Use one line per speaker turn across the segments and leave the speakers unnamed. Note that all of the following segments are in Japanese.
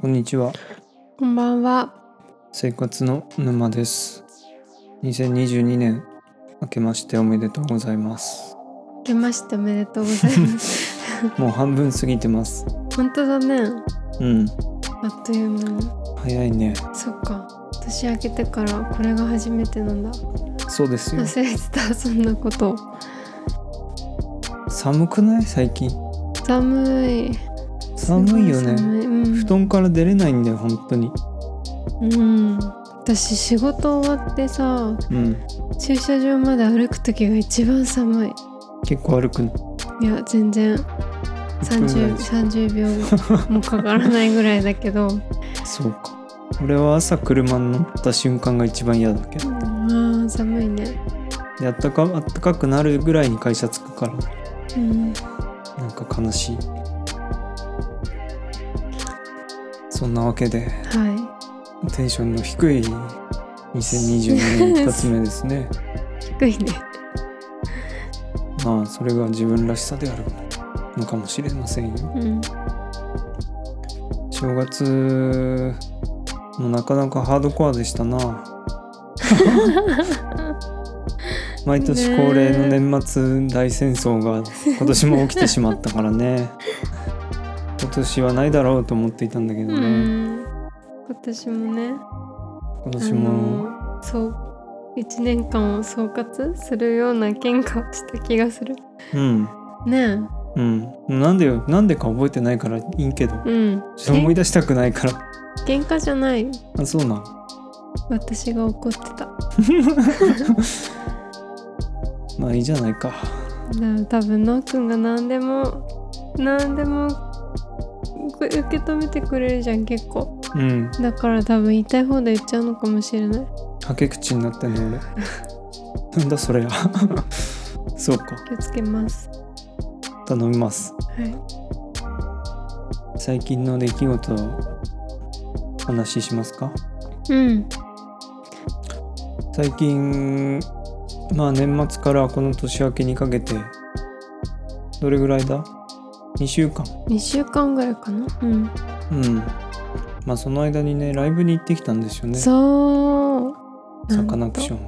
こんにちは
こんばんは。
生活の沼です2022年明けましておめでとうございます
明けましておめでとうございます。
もう半分過ぎてます
本当だね。
うん
あっという間に。
早いね
そっか。年明けてからこれが初めてなんだ。
そうですよ
忘れてた、そんなこと。
寒くない最近
寒い。
寒いよ
す
ね
ごい寒いうん。
布団から出れないんだよ本当に
うん。私仕事終わってさ
うん
駐車場まで歩く時が一番寒い
結構歩くの
いや全然30 30秒もかからないぐらいだけ ど
そうか俺は朝車に乗った瞬間が一番嫌だけど
うんあー寒いね
であったかあったかくなるぐらいに会社着くから
う
なん
ん
か悲しいそんなわけで
はい
テンションの低い2022年2つ目ですね
低いね
まあそれが自分らしさであるのかもしれませんよ
うん
正月もなかなかハードコアでした な毎年恒例の年末大戦争が今年も起きてしまったからね今年はないだろうと思っていたんだけど
う
ね、
ん今年もね
今
あ
年も
のそう1年間を総括するような喧嘩をした気がする
うん
ね
うんなんでよなんでか覚えてないからいいけど
えうん
ちょっと思い出したくないから
喧嘩じゃない
あそうなん
私が怒ってた
まあいいじゃないか
だ多分のっくんが何でも何でもこ受け止めてくれるじゃん結構
うん
だから多分言いたい放題言っちゃうのかもしれない
はけ口になってんね俺 なんだそれは そうか
気をつけます
頼みます
はい
最近の出来事を話ししますか
うん
最近まあ年末からこの年明けにかけてどれぐらいだ2週間
2週間ぐらいかなうん、
うんまあその間にねライブに行ってきたんですよね
そう
サカナクショ
ン
ン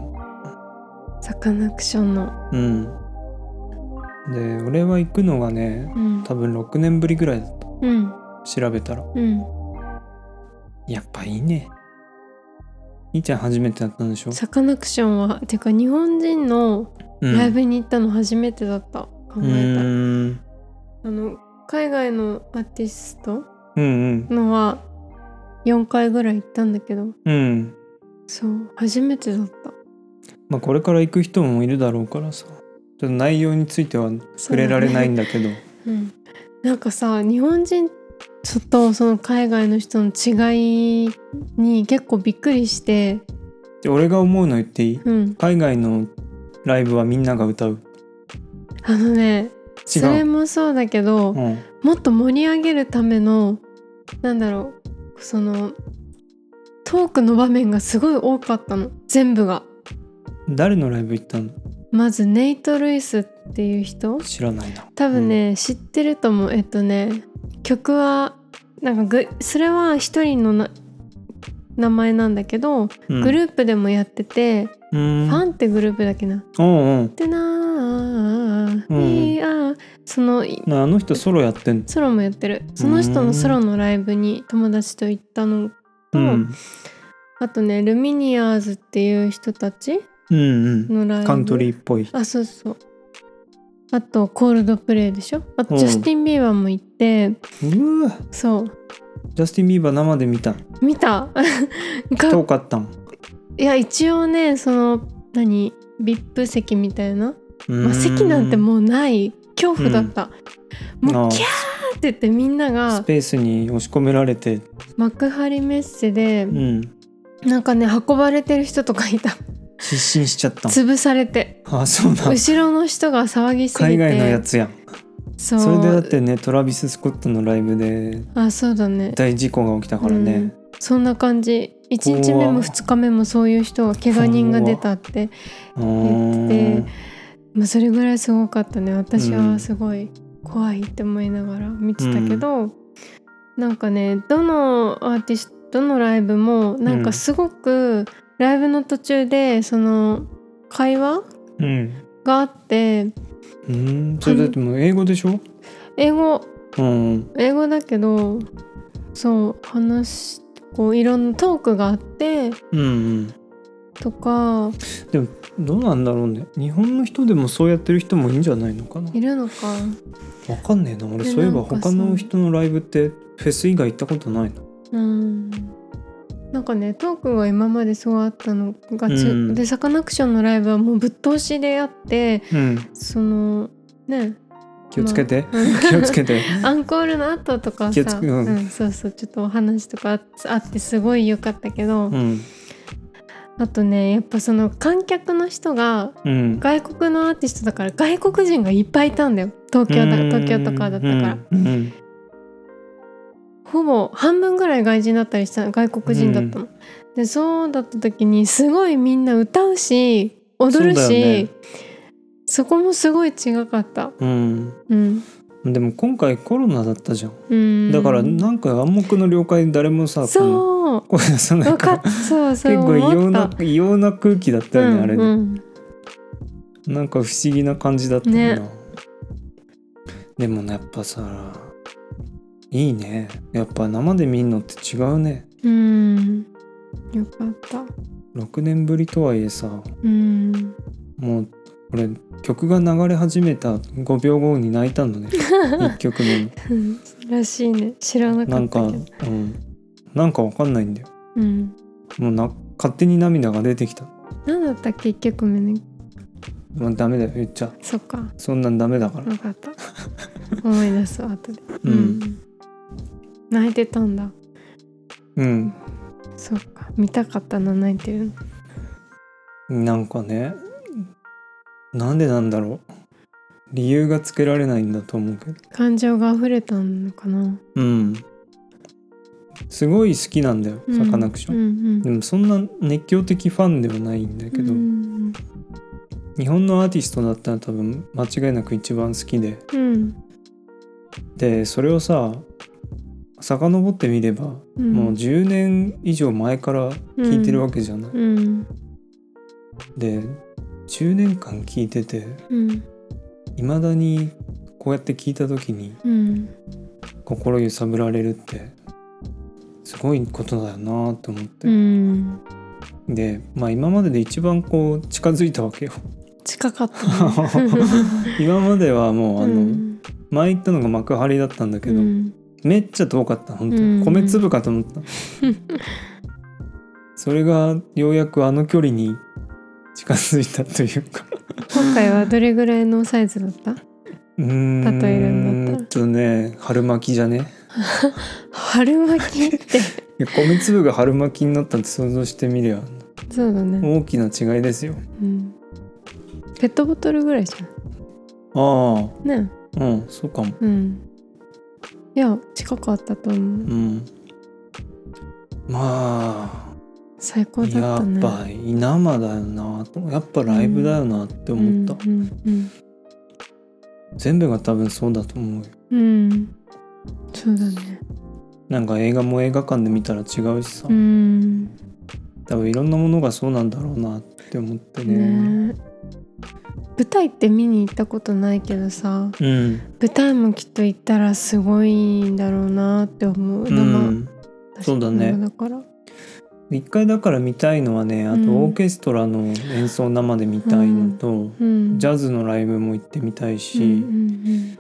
サカナクションの
うんで俺は行くのがね
うん
多分6年ぶりぐらいだった
うん
調べたら
うん
やっぱいいね兄ちゃん初めてだったんでしょ
サカナクションはてか日本人の
うん
ライブに行ったの初めてだった、考
う
えたら
ーん
あの海外のアーティスト
うん
のは4回ぐらい行ったんだけど
うんうん
そう初めてだった
まあこれから行く人もいるだろうからさちょっと内容については触れられないんだけど
うん、なんかさ日本人とその海外の人の違いに結構びっくりして
で俺が思うの言っていい
うん
海外のライブはみんなが歌う
あのね
違
それ
う
もそうだけど、
うん
もっと盛り上げるためのなんだろうそのトークの場面がすごい多かったの全部が
誰のライブ行ったの
まずネイト・ルイスっていう人
知らないな
多分ね、知ってると思うえっとね曲はなんかグそれは一人のな名前なんだけど、
うん
グループでもやってて、
うーん
ファンってグループだっけな。
うんうん
でなー、
うん
いやーその
なあの人ソロやってんの
ソロもやってるその人のソロのライブに友達と行ったのと、
うん
あとねルミニアーズっていう人たち
うんうん
のライブ
カントリーっぽい
あそうそうあとコールドプレイでしょあ
う
と
ん
ジャスティン・ビーバーも行って
うわ
そう
ジャスティン・ビーバー生で見た
見た か
遠かったもん、
いや一応ねその何 VIP 席みたいな、
う
まあ、席なんて
う
もうない恐怖だった、も
あ
う
あ
キャーって言ってみんな
ス
が
ペースに押し込められて
幕張メッセで
うん
なんかね運ばれてる人とかいた
失神しちゃったもん
潰されて
あそうなん
後ろの人が騒ぎすぎて
海外のやつやん
そう
それでだってねトラビス・スコットのライブで
あそうだね
大事故が起きたからね、
そんな感じ1日目も2日目もそういう人が怪我人が出たって、
うん、
言ってまあ、それぐらいすごかったね私
う
は
ん
すごい怖いって思いながら見てたけど、なんかねどのアーティストのライブもなんかすごくライブの途中でその会話
うん
があって
うんそれだってもう英語でしょ
英語
うん
英語だけどそう話しこういろんなトークがあって
うんうん
とか
どうなんだろうね日本の人でもそうやってる人もいいんじゃないのかない
るのか
わかんねえな俺
で
そういえば
なんかさ
他の人のライブってフェス以外行ったことないの
うんなんかねトークが今までそうあったのがち、
うん
でサカナクションのライブはもうぶっ通しであって
うん
その ね
気をつけて、
まあうん
気をつけ て
アンコールの後とか
気
さ
をつ、けうん
うんそうそうちょっとお話とかああってすごい良かったけど、
うん
あとねやっぱその観客の人が
うん
外国のアーティストだから外国人がいっぱいいたんだよ東京だ
うん
東京とかだったから、
うんうん
ほぼ半分ぐらい外人だったりした外国人だったの。でそうだった時にすごいみんな歌うし踊る
そうだよ
し
ね
そ,、こもすごい違かった。
うん
うん
でも今回コロナだったじゃん、
うん、
だからなんか暗黙の了解誰もさこ
そう
の声出さない
分
か
からっそうそう
結構異様
思っ
な
た
異様な空気だったよね、あれ
う
ね
ん
なんか不思議な感じだったよな、
ね
でもねやっぱさいいねやっぱ生で見んのって違うね
うん、うんよかった
6年ぶりとはいえさ
うん
もう俺曲が流れ始めた5秒後に泣いたの ね1曲目に
らしいね知ら
な
なかっ
んか、
た
う
けど
ん、なんかわかんないんだよ
うん
もうな勝手に涙が出てきた
何だったっけ一曲目ね
もうダメだよ言っちゃ
そっか
そんなんダメだから
分かった 思い出すわ後で
うん
泣いてたんだ
うん、
そっか見たかったな泣いてるの
なんかねなんでなんだろう理由がつけられないんだと思うけど
感情が溢れたのかな
うんすごい好きなんだよ
うん
サカナクション、
うん
でもそんな熱狂的ファンではないんだ
う
け
ん
ど、
うん
日本のアーティストだったら多分間違いなく一番好きで
うん
でそれをさ遡ってみれば、
うん
もう10年以上前から聴いてるわけじゃない、
うん
で10年間聴いてて
うん
いまだにこうやって聴いた時に
うん
心揺さぶられるってすごいことだよなと思って、
うん
でまあ今までで一番こう近づいたわ けよ
近 かったね
今まではもうあの、
うん
前行ったのが幕張だったんだけど、
うん
めっちゃ遠かった本当に、
うん
米粒かと思った それがようやくあの距離に近づいたというか
今回はどれぐらいのサイズだった
うーん
例えるんだったら
とね春巻きじゃね
春巻きって
いや米粒が春巻きになったって想像してみりゃ
そうだね、
大きな違いですよ
うん、ペットボトルぐらいじ
あ
ゃんね
あうんそうかも
うんいや近かったと思う
うんま
最
あ、
高だ
や
った
っ
ね
ぱ稲間だよなとやっぱライブだよなって思った、
うんうん
全部が多分そうだと思うよ
うん、うん、そうだね
なんか映画も映画館で見たら違うしさ、
うん
多分いろんなものがそうなんだろうなって思ってね
ね舞台って見に行ったことないけどさ
うん、
舞台もきっと行ったらすごいんだろうなって思う
う
生、
ん、そうだね
生だから
一回だから見たいのはねあと
うん
オーケストラの演奏生で見たいのと、
うん
ジ
ゃ
ャズのライブも行ってみたいし
うん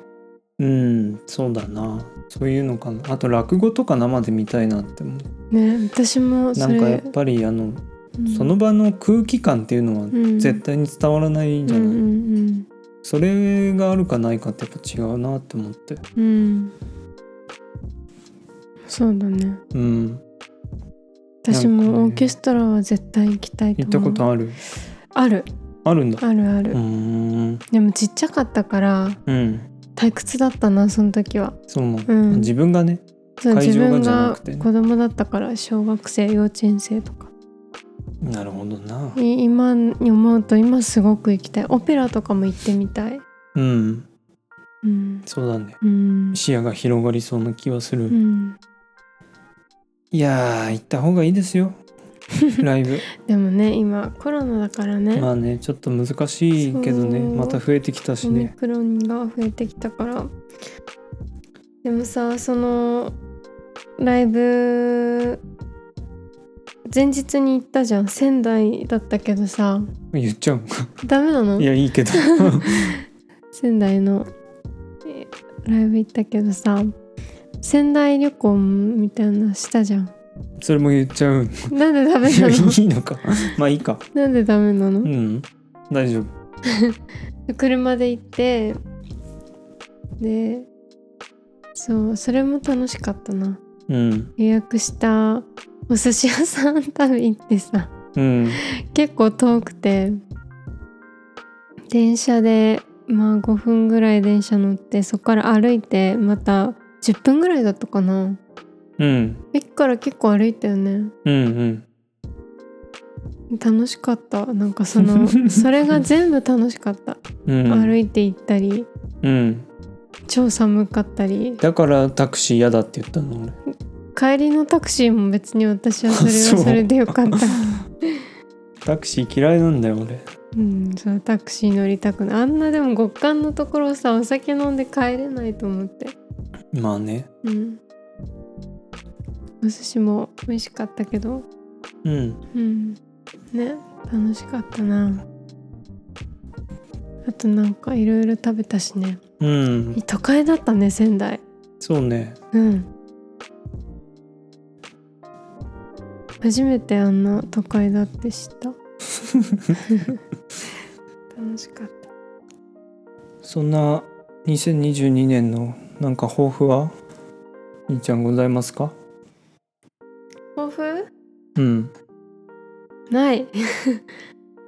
うん
うん、そうだなそういうのかなあと落語とか生で見たいなって思う
うん、ね私も
な
それ
んかやっぱりあの
うん
その場の空気感っていうのは
うん
絶対に伝わらないじゃない、
うんうん
それがあるかないかってやっぱ違うなって思って
うん、うん、そうだね
うん
私
なんかね
もオーケストラは絶対行きたい
行っ
と思
たこ
う
とある
ある
あるんだ
あるある、
うーん
でもちっちゃかったから
うん
退屈だったなその時は
そうなの、
うん
自分がね
そう
会
自
場が
分
じゃな
が
くてね
子供だったから小学生幼稚園生とか
なるほどない
今に思うと今すごく行きたいオペラとかも行ってみたい
うん
うん
そうだね
うん、
視野が広がりそうな気はする、
うん、
いやー行った方がいいです よライブ
でもね今コロナだからね、
まあねちょっと難しいけどね
そう
また増えてきたし
オミ
ね
クロンが増えてきたからでもさそのライブ前日に行ったじゃん仙台だったけどさ
言っちゃうの
ダメなの
いやいい けど
仙台のえライブ行ったけどさ仙台旅行みたいなのしたじゃん
それも言っちゃう
なんでダメ
いや
な
い
の
いのかまあいいか
なんでダメな
う
の
ん大丈夫
車で行ってでそうそれも楽しかったな
うん
予約したお寿司屋さん旅行ってさ
うん
結構遠くて電車でまあ5分ぐらい電車乗ってそこから歩いてまた10分ぐらいだったかな
うん
駅から結構歩いたよね
うんうん
楽しかったなんか そのそれが全部楽しかった、
うん
歩いて行ったり
うん
超寒かったり
だからタクシー嫌だって言ったの俺
帰りのタクシーも別に私はそれ
そう
はそれでよ かった
タクシー嫌いなんだよ俺
うん、そうタクシー乗りたくないあんなでも極寒のところさお酒飲んで帰れないと思って
まあね
うんお寿司も美味しかったけど
うん
うんね楽しかったなあとなんかいろいろ食べたしね
うん
都会だったね仙台
そうね
うん初めてあんな都会だって知った楽しかった
そんな2022年のなんか抱負は兄ちゃんございますか
抱負
うん
ない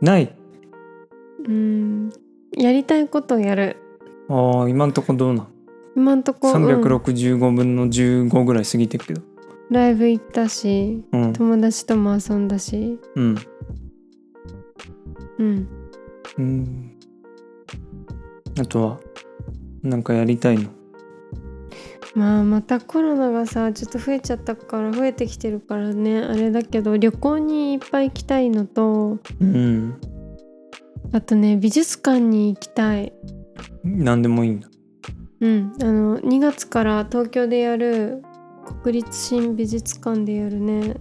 ないう
ーんやりたいことをやる
ああ今んとこどうなん
今んとこ、うん
365分の15ぐらい過ぎてるけど
ライブ行ったし
うん
友達とも遊んだし
うん、
うん
うん、あとはなんかやりたいの
まあまたコロナがさちょっと増えちゃったから増えてきてるからねあれだけど旅行にいっぱい行きたいのと
うん
あとね美術館に行きたい
何でもいいんだ
うんあの2月から東京でやる国立新美術館でやるね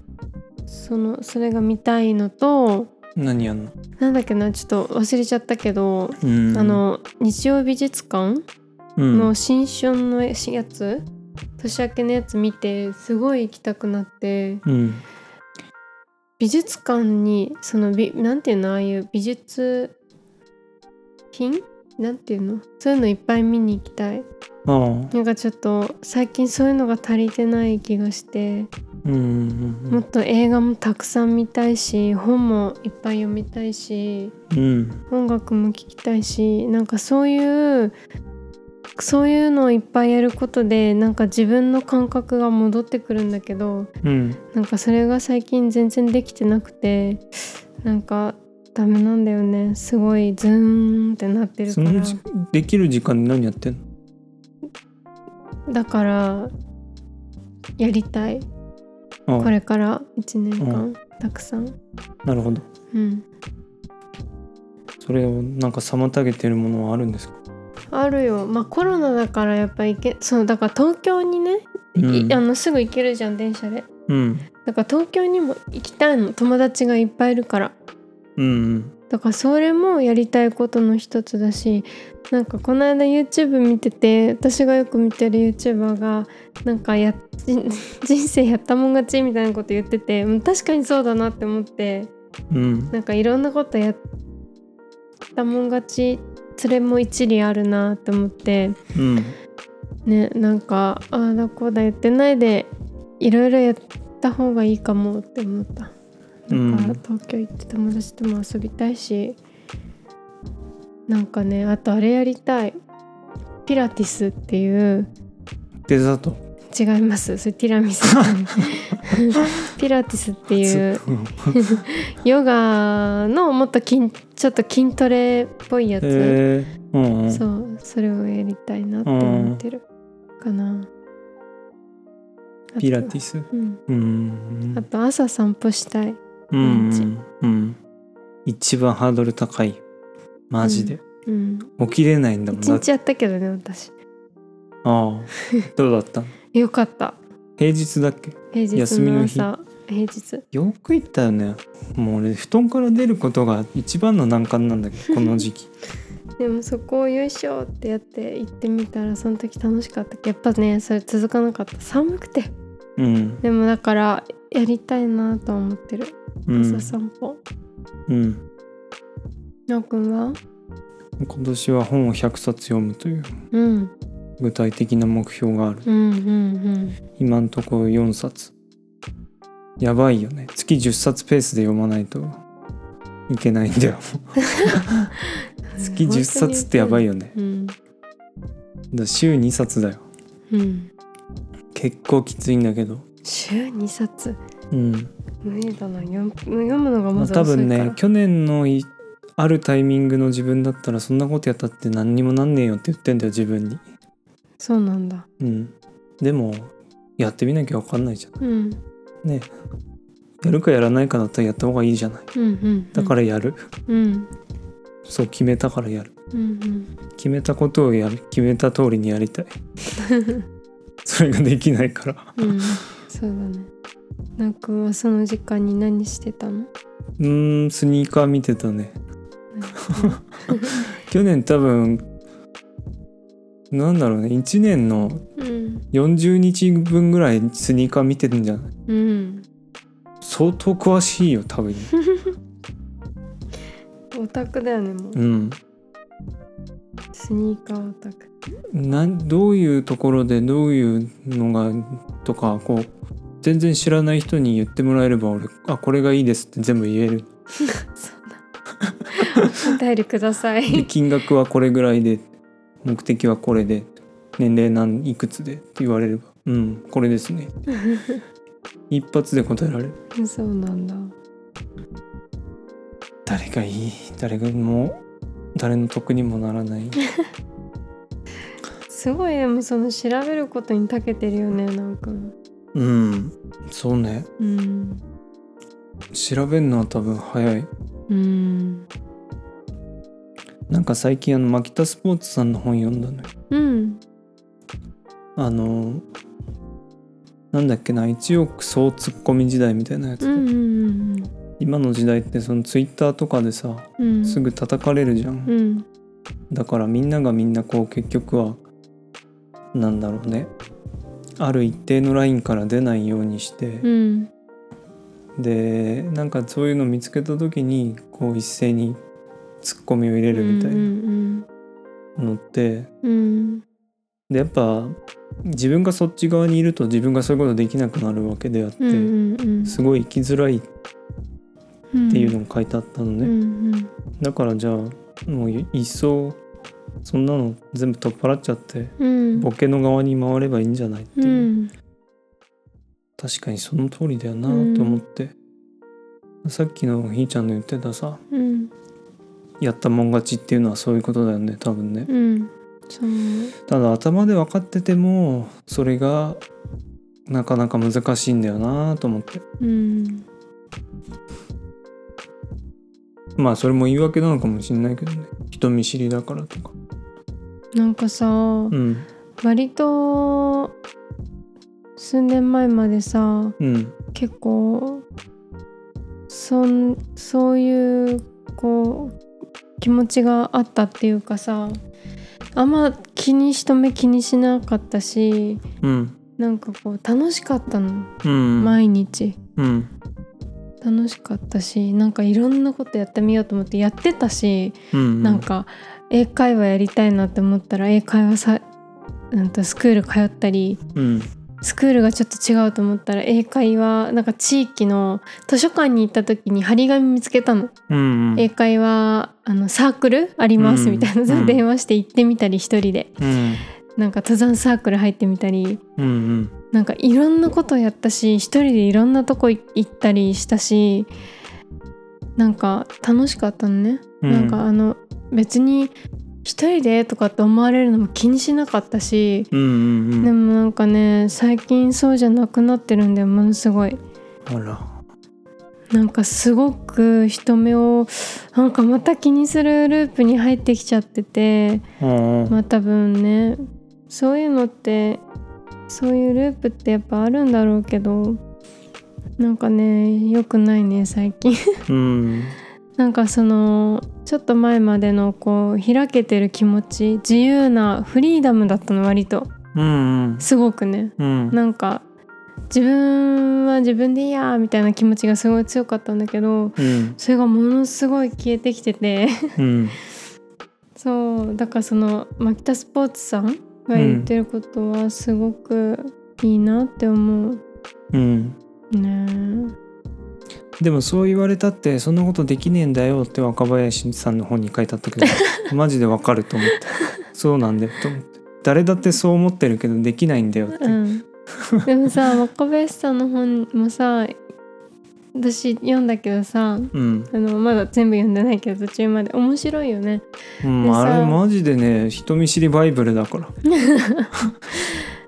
そのそれが見たいのと
何やんの
なんだっけなちょっと忘れちゃったけど
うん
あの日曜美術館
うん
の新春のやつ、年明けのやつ見てすごい行きたくなって
うん
美術館にその美なんていうのああいう美術品なんていうのそういうのいっぱい見に行きたい
ああ
なんかちょっと最近そういうのが足りてない気がして
うんうんう
も
ん
っと映画もたくさん見たいし本もいっぱい読みたいし
うん
音楽も聴きたいしなんかそういうそういうのをいっぱいやることでなんか自分の感覚が戻ってくるんだけど
うん
なんかそれが最近全然できてなくてなんかダメなんだよねすごいズーンってなってる
そ
か
の
ら
じできる時間で何やってんの
だからやりたい
ああ
これから1年
う
間たくさん
なるほど
うん
それをなんか妨げてるものはあるんですか
あるよまあコロナだからやっぱ行けそうだから東京にね、いあのすぐ行けるじゃん電車で
うん
だから東京にも行きたいの友達がいっぱいいるから
うん
だからそれもやりたいことの一つだしなんかこの間 YouTube 見てて私がよく見てる YouTuber がなんかやっ人 人生やったもん勝ちみたいなこと言っててうん確かにそうだなって思って
うん
なんかいろんなことやったもん勝ちそれも一理あるなって思って
うん
ねなんかああだこうだ言ってないでいろいろやった方がいいかもって思った
う
だ
ん
から東京行って友達とも遊びたいし、なんかねあとあれやりたいピラティスっていう
デザート
違いますそれティラミス ピラティスっていうヨガのもっと筋ちょっと筋トレっぽいやつ、
えー、うんうん
そうそれをやりたいなって思ってるかな、と
ピラティス
うん
うん
あと朝散歩したい
うん
毎日
うん一番ハードル高いマジで、
うん
起きれないんだもん
一
だって
日やったけどね私
ああどうだったの
よかった
平日だっけ
平日
休み
の
の日
朝平日
よく行ったよねもう俺布団から出ることが一番の難関なんだけどこの時 期
でもそこをよいしょってやって行ってみたらその時楽しかったけどやっぱねそれ続かなかった寒くて
うん
でもだからやりたいなとは思ってる
うん
朝散歩
うん
なおくんは
今年は本を100冊読むという
うん
具体的な目標がある
うんうん
今んとこ4冊やばいよね月10冊ペースで読まないといけないん だよ
うん
月10冊ってやばい
よ
よね
うん
だ週2冊だよ
うん
結構きついんだけど
週2冊
うん
無理だな読む読むのが
ま
ま
あ
ず遅
多
いから、
分ね去年のいあるタイミングの自分だったらそんなことやったって何にもなんねえよって言ってんだよ自分に
そうなんだ
うんでもやってみなきゃ分かんないじゃ
う
ん
ん
ねやるかやらないかだったらやった方がいいじゃない
うんうん
だかららやる、
うん
そう決めたからやる
うんうん
決めたことをやる決めた通りにやりたいそれができないから
うん、そうだねなおくんはその時間に何してたの
うーんスニーカー見てたね去年多分なんだろうね1年の
うん
40日分ぐらいスニーカー見てるんじゃない
うん
相当詳しいよ多分
オタクだよねもう
うん
スニーカーオタク
なんどういうところでどういうのがとかこう全然知らない人に言ってもらえれば俺あこれがいいですって全部言える
お便りくださ
で
い
金額はこれぐらいで目的はこれで年齢何いくつでって言われればうんこれです ね一発で答えられる
そうなんだ
誰がいい誰がもう誰の得にもならない
すごいでもその調べることに長けてるよねなおくん
うんそうね
うん
調べるのは多分早い
うん
なんか最近あの牧田スポーツさんの本読んだのよ
うん
あのなんだっけな一億総ツッコミ時代みたいなやつ
う
で、
んうん
今の時代ってそのツイッターとかでさ
うん
すぐ叩かれるじゃん
うん
だからみんながみんなこう結局はなんだろうねある一定のラインから出ないようにして
う、ん
でなんかそういうの見つけた時にこう一斉にツッコミを入れ
う
るみたいなんのって、
うんうん
でやっぱ自分がそっち側にいると自分がそういうことできなくなるわけであって、
うんうんうん
すごい生きづらいっ
って
いうのも書いてあったのね、
うん
だからじゃあもう一層そんなの全部取っ払っちゃって
うん
ボケの側に回ればいいんじゃないっていうう。
ん
確かにその通りだよな
うん
と思って、さっきのひーちゃんの言ってたさ
うん
やったもん勝ちっていうのはそういうことだよね多分ね
うんそう
ただ頭で分かっててもそれがなかなか難しいんだよなと思って
うん
まあそれも言い訳なのかもしれないけどね人見知りだからとか
なんかさ
うん
割と数年前までさ
うん
結構そんそういうこう気持ちがあったっていうかさあんま気に人目気にしなかったし
うん
なんかこう楽しかったの、
うん
毎日
うん
楽しかったしなんかいろんなことやってみようと思ってやってたし、
うん
なんか英会話やりたいなって思ったら英会話さ、うん、とスクール通ったり
うん
スクールがちょっと違うと思ったら英会話なんか地域の図書館に行った時に張り紙見つけたの、
うん
英会話あのサークルありますみたいな、
うんうん
電話して行ってみたり一人で
うん
なんか登山サークル入ってみたり
うんうん
なんかいろんなことやったし一人でいろんなとこ行ったりしたしなんか楽しかったのね、
うん
なんかあの別に一人でとかって思われるのも気にしなかったし、
うんうんうん
でもなんかね最近そうじゃなくなってるんだよものすごい
あら
なんかすごく人目をなんかまた気にするループに入ってきちゃってて
うんうん
まあ多分ねそういうのってそういうループってやっぱあるんだろうけどなんかね良くないね最近
うん
なんかそのちょっと前までのこう開けてる気持ち自由なフリーダムだったの割と
うん
すごくね
うん
なんか自分は自分でいいやみたいな気持ちがすごい強かったんだけど
うん
それがものすごい消えてきてて
うん
そうだからそのマキタスポーツさんが言ってることはすごくいいなって思う
うん
ね
でもそう言われたってそんなことできねえんだよって若林さんの本に書いてあったけどマジでわかると思ってそうなんだよと思って誰だってそう思ってるけどできないんだよって、
うん、で もさ若林さんの本もさ私読んだけどさ
うん
あのまだ全部読んでないけど途中まで面白いよね
うん
でさ
あれマジでね人見知りバイブルだから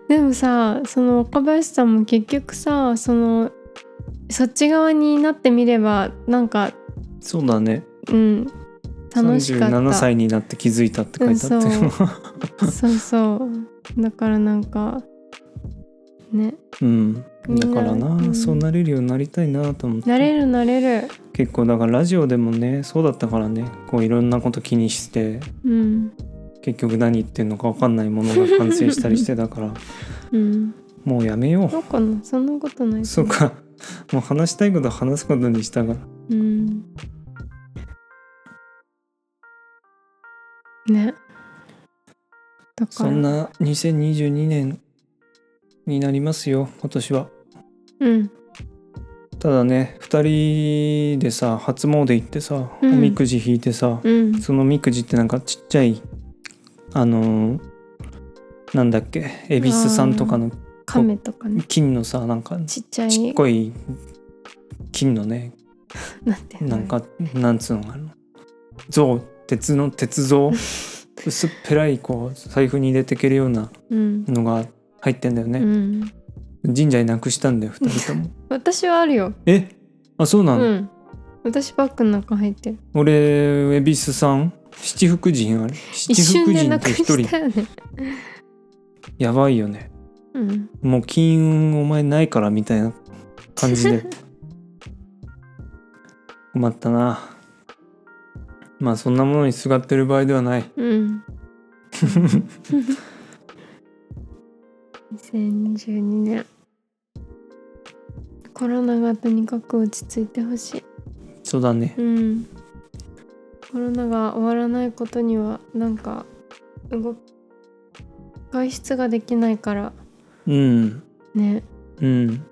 でもさその若林さんも結局さそのそっち側になってみればなんか
そうだね
うん楽しかった
37歳になって気づいたって書いてあった
うん
よ
そうそうだからなんかね
うん
み
だ
んな
からな、
うん
そうなれるようになりたいなと思って
なれるなれる
結構だからラジオでもねそうだったからねこういろんなこと気にして
うん
結局何言ってんのか分かんないものが完成したりしてだから
うん
もうやめよ
そうかなそんなことないう
そうかもう話したいことは話すことにしたから
うんねだから
そんな2022年になりますよ今年は
うん
ただね2人でさ初詣行ってさお
うん
みくじ引いてさ、
うん
そのみくじってなんかちっちゃいあのーなんだっけ恵比寿さんとかの
亀とかね
金のさなんかち
ちっちゃい
っこい金のね
なんていうの
なんかなんつうのかな像鉄の鉄 像薄っぺらいこう財布に入れていけるような
うん、
のが入ってんだよ
う
ね、
ん、
神社になくしたんだよ2人とも
私はあるよ
えあそうな
う
の、
ん私バッグの中入ってる
俺恵比寿さん七福神あれ七
一瞬
福
で
神
な
っ
く
て一
し
人
たよね
やばいよね
うん
もう金運お前ないからみたいな感じ で困ったなまあそんなものにすがってる場合ではない
うん2012年コロナがとにかく落ち着いてほしい
そうだね
うんコロナが終わらないことにはなんか動外出ができないから
うん
ね
うん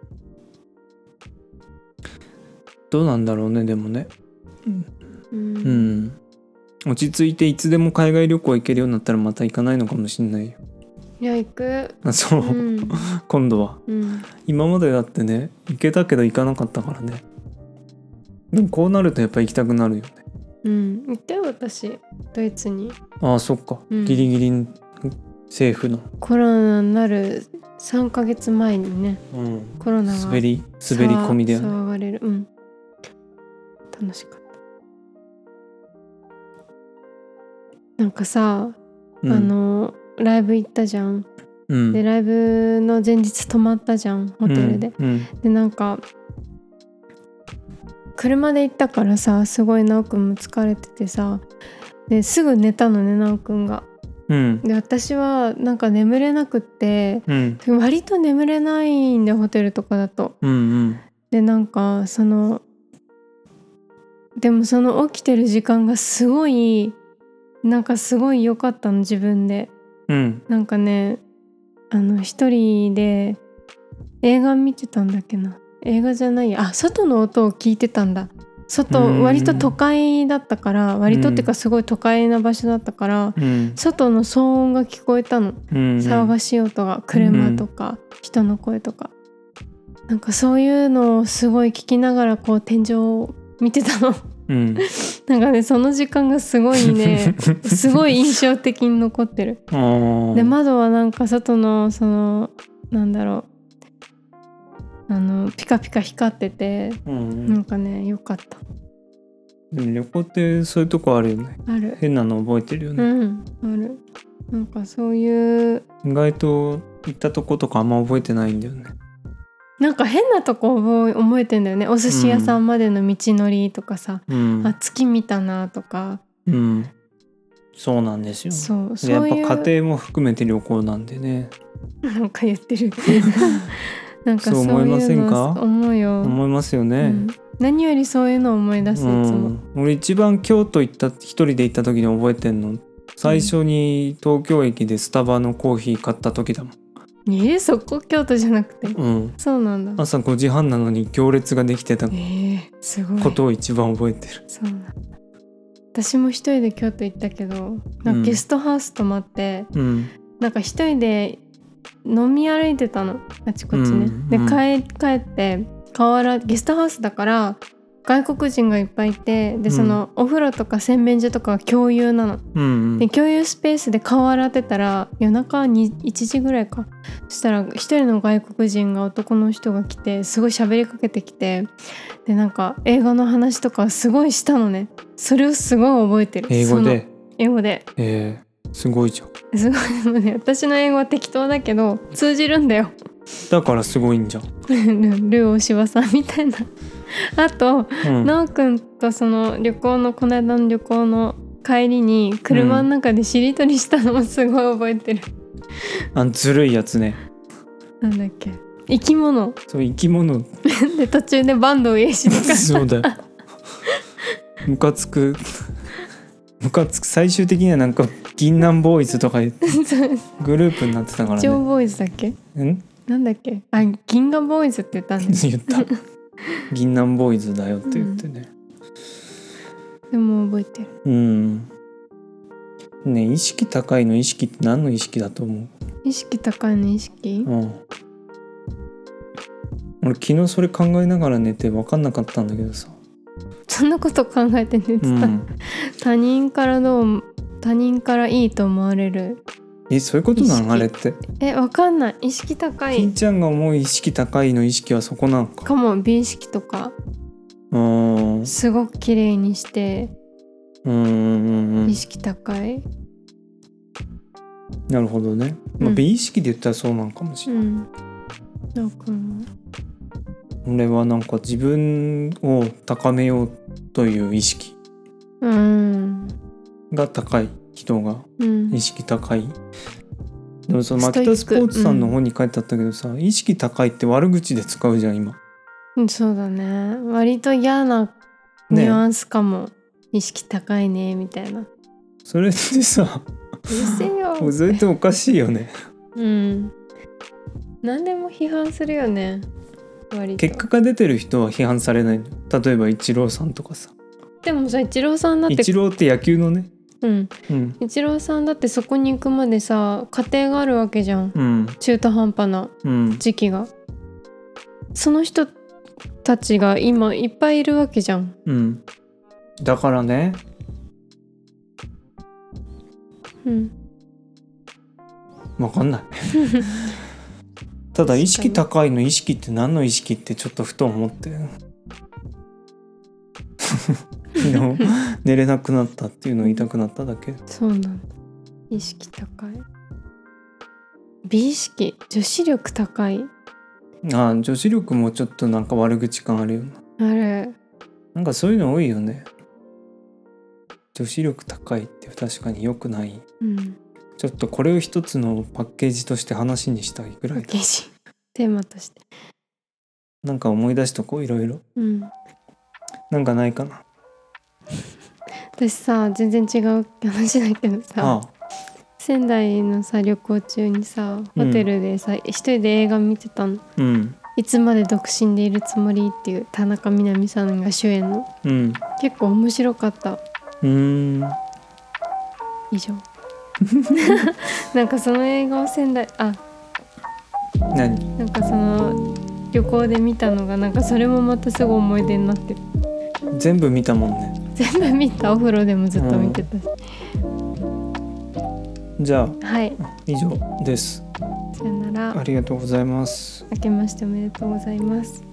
どうなんだろうねでもねう
う、
んん落ち着いていつでも海外旅行行けるようになったらまた行かないのかもしんないよ
いや行く
あそう、
うん
今度は
うん
今までだってね行けたけど行かなかったからねでもこうなるとやっぱ行きたくなるよね
うん行ったよ私ドイツに
ああそっか、
うん
ギリギリ政府の、
コロナになる3ヶ月前にね
うん、
コロナが
滑り滑り込みだよね
騒がれるうん楽しかったなんかさ、
うん
あのライブ行ったじゃん
うん
でライブの前日泊まったじゃんホテルで、
うん
でなんか車で行ったからさすごい奈くんも疲れててさですぐ寝たのね奈くんが
うん
で私はなんか眠れなくって
うん
割と眠れないんでホテルとかだと
うんうん
でなんかそのでもその起きてる時間がすごいなんかすごい良かったの自分で
うん
なんかねあの一人で映画見てたんだっけな映画じゃないやあ外の音を聞いてたんだ
うん
外割と都会だったから割とっていうかすごい都会な場所だったから
うん
外の騒音が聞こえたの
うん
騒がしい音が車とか人の声とか、なんかそういうのをすごい聞きながらこう天井を見てたの
うん
なんかねその時間がすごいねすごい印象的に残ってる。
あー
で窓はなんか外のそのなんだろうあのピカピカ光ってて
うん
なんかね良かった
でも旅行ってそういうとこあるよね
ある
変なの覚えてるよ
う
ね、
んあるなんかそういう
意外と行ったとことかあんま覚えてないんだよね
なんか変なとこ覚え覚えてんだよねお寿司屋さんまでの道のりとかさ、
うん
あ月見たなとか
うんそうなんですよ
そう
でや
そう
っ
いう
ぱ家庭も含めて旅行なんでね
なんか言ってる なん
そ
か
う
そう
思いま
い
せ
うん
か
の思うよ、
思いますよ
う
ね、
ん何よりそういうのを思い出すいつ
う
も、
ん、俺一番京都行った一人で行った時に覚えてんの最初に東京駅でスタバのコーヒー買った時だもん、
えーそこ京都じゃなくて
うん、
そうなんだ
朝5時半なのに行列ができてた
えー、すごい
ことを一番覚えてる、
そうなんだ私も一人で京都行ったけどなん
う
か
ん
ゲストハウス泊まって、
うん
なんか一人で飲み歩いてたのあちこちね、
うん
で
うん
帰帰って河原ゲストハウスだから外国人がいっぱいいてでその、お風呂とか洗面所とかは共有なの
うんうん
で共有スペースで顔洗ってたら夜中に1時ぐらいかそしたら一人の外国人が男の人が来てすごい喋りかけてきてでなんか映画の話とかすごいしたのねそれをすごい覚えてる
英語で
その英語で
えー、すごいじゃん
すごいでもね私の英語は適当だけど通じるんだよ
だからすごいんじゃん、
ルー大柴さんみたいなあと
うん、
なおくんとその旅行のこの間の旅行の帰りに車の中でしりとりしたのもすごい覚えてる、
あずるいやつね
なんだっけ生き物
そう生き 物
で途中で坂東イシとか
そうだよムカつくムカつく最終的にはなんか銀杏ボーイズとか言 ってグループになってたから
ジョー
ね
ボーイズだっけ
ん
なんだっけあ銀河ボーイズって言ったんです
言った「銀杏ボーイズだよ」って言ってね
でも覚えてる
うん、ね意識高いの意識って何の意識だと思
意識高いの意識
う、うん、俺昨日それ考えながら寝て分かんなかったんだけどさ、
そんなこと考えて寝て
う
た、
ん、
他人からどう他人からいいと思われる
えそういうことな
意
の
識
あれって、
えわかんない意識高
金
い
ちゃんが思う意識高いの意識はそこなのか
かも美意識とか
うんうん
すごく綺麗にして
うんうん
意識高い、
なるほどね、まあ
うん
美意識で言ったらそうなんかもし
う
れない、
んなおくんは
俺はなんか自分を高めようという意識
うん
が高い人が
うん
意識高いでもそのマキ
ストイ
タ
ッ
ス
ク
ポーツさんの本に書いてあったけどさ、意識高いって悪口で使うじゃん今
うんそうだね割と嫌なニ
ね
ュアンスかも、意識高いねみたいなう
それって さ
るせ えよ
それっておかしいよね
うん何でも批判するよね割と
結果が出てる人は批判されないの例えばイチローさんとかさ
でもさイチローさんだっ
イ
て
チローって野球のね
うん
うん
イチローさんだってそこに行くまでさ家庭があるわけじゃん
うん
中途半端な
うん
時期がその人たちが今いっぱいいるわけじゃん
うんだからね
うん
わかん ないただ意識高いの意識って何の意識ってちょっとふと思って 昨日寝れなくなったっていうのを言いたくなっただけ
そうなんだ意識高い美意識女子力高い
ああ女子力もちょっとなんか悪口感あるよな
ある
なんかそういうの多いよね女子力高いって確かに良くない
うん
ちょっとこれを一つのパッケージとして話にしたいぐら
パッ
い
ケージテーマとして
なんか思い出しとこういろいろ
うん
なんかないかな
私さ全然違う話だけどさ
あ
仙台のさ旅行中にさホテルでさ、一人で映画見てたの
あうん
「いつまで独身でいるつもり」っていう田中みな実さんが主演の
うんう
結構面白かった
ーん
以上なんかその映画を仙台あ
何
なんかその旅行で見たのがなんかそれもまたすごい思い出になってる
全部見たもんね
全部見たお風呂でもずっと見てたし、
じゃあ
はい
以上です
さよなら
ありがとうございます
明けましておめでとうございます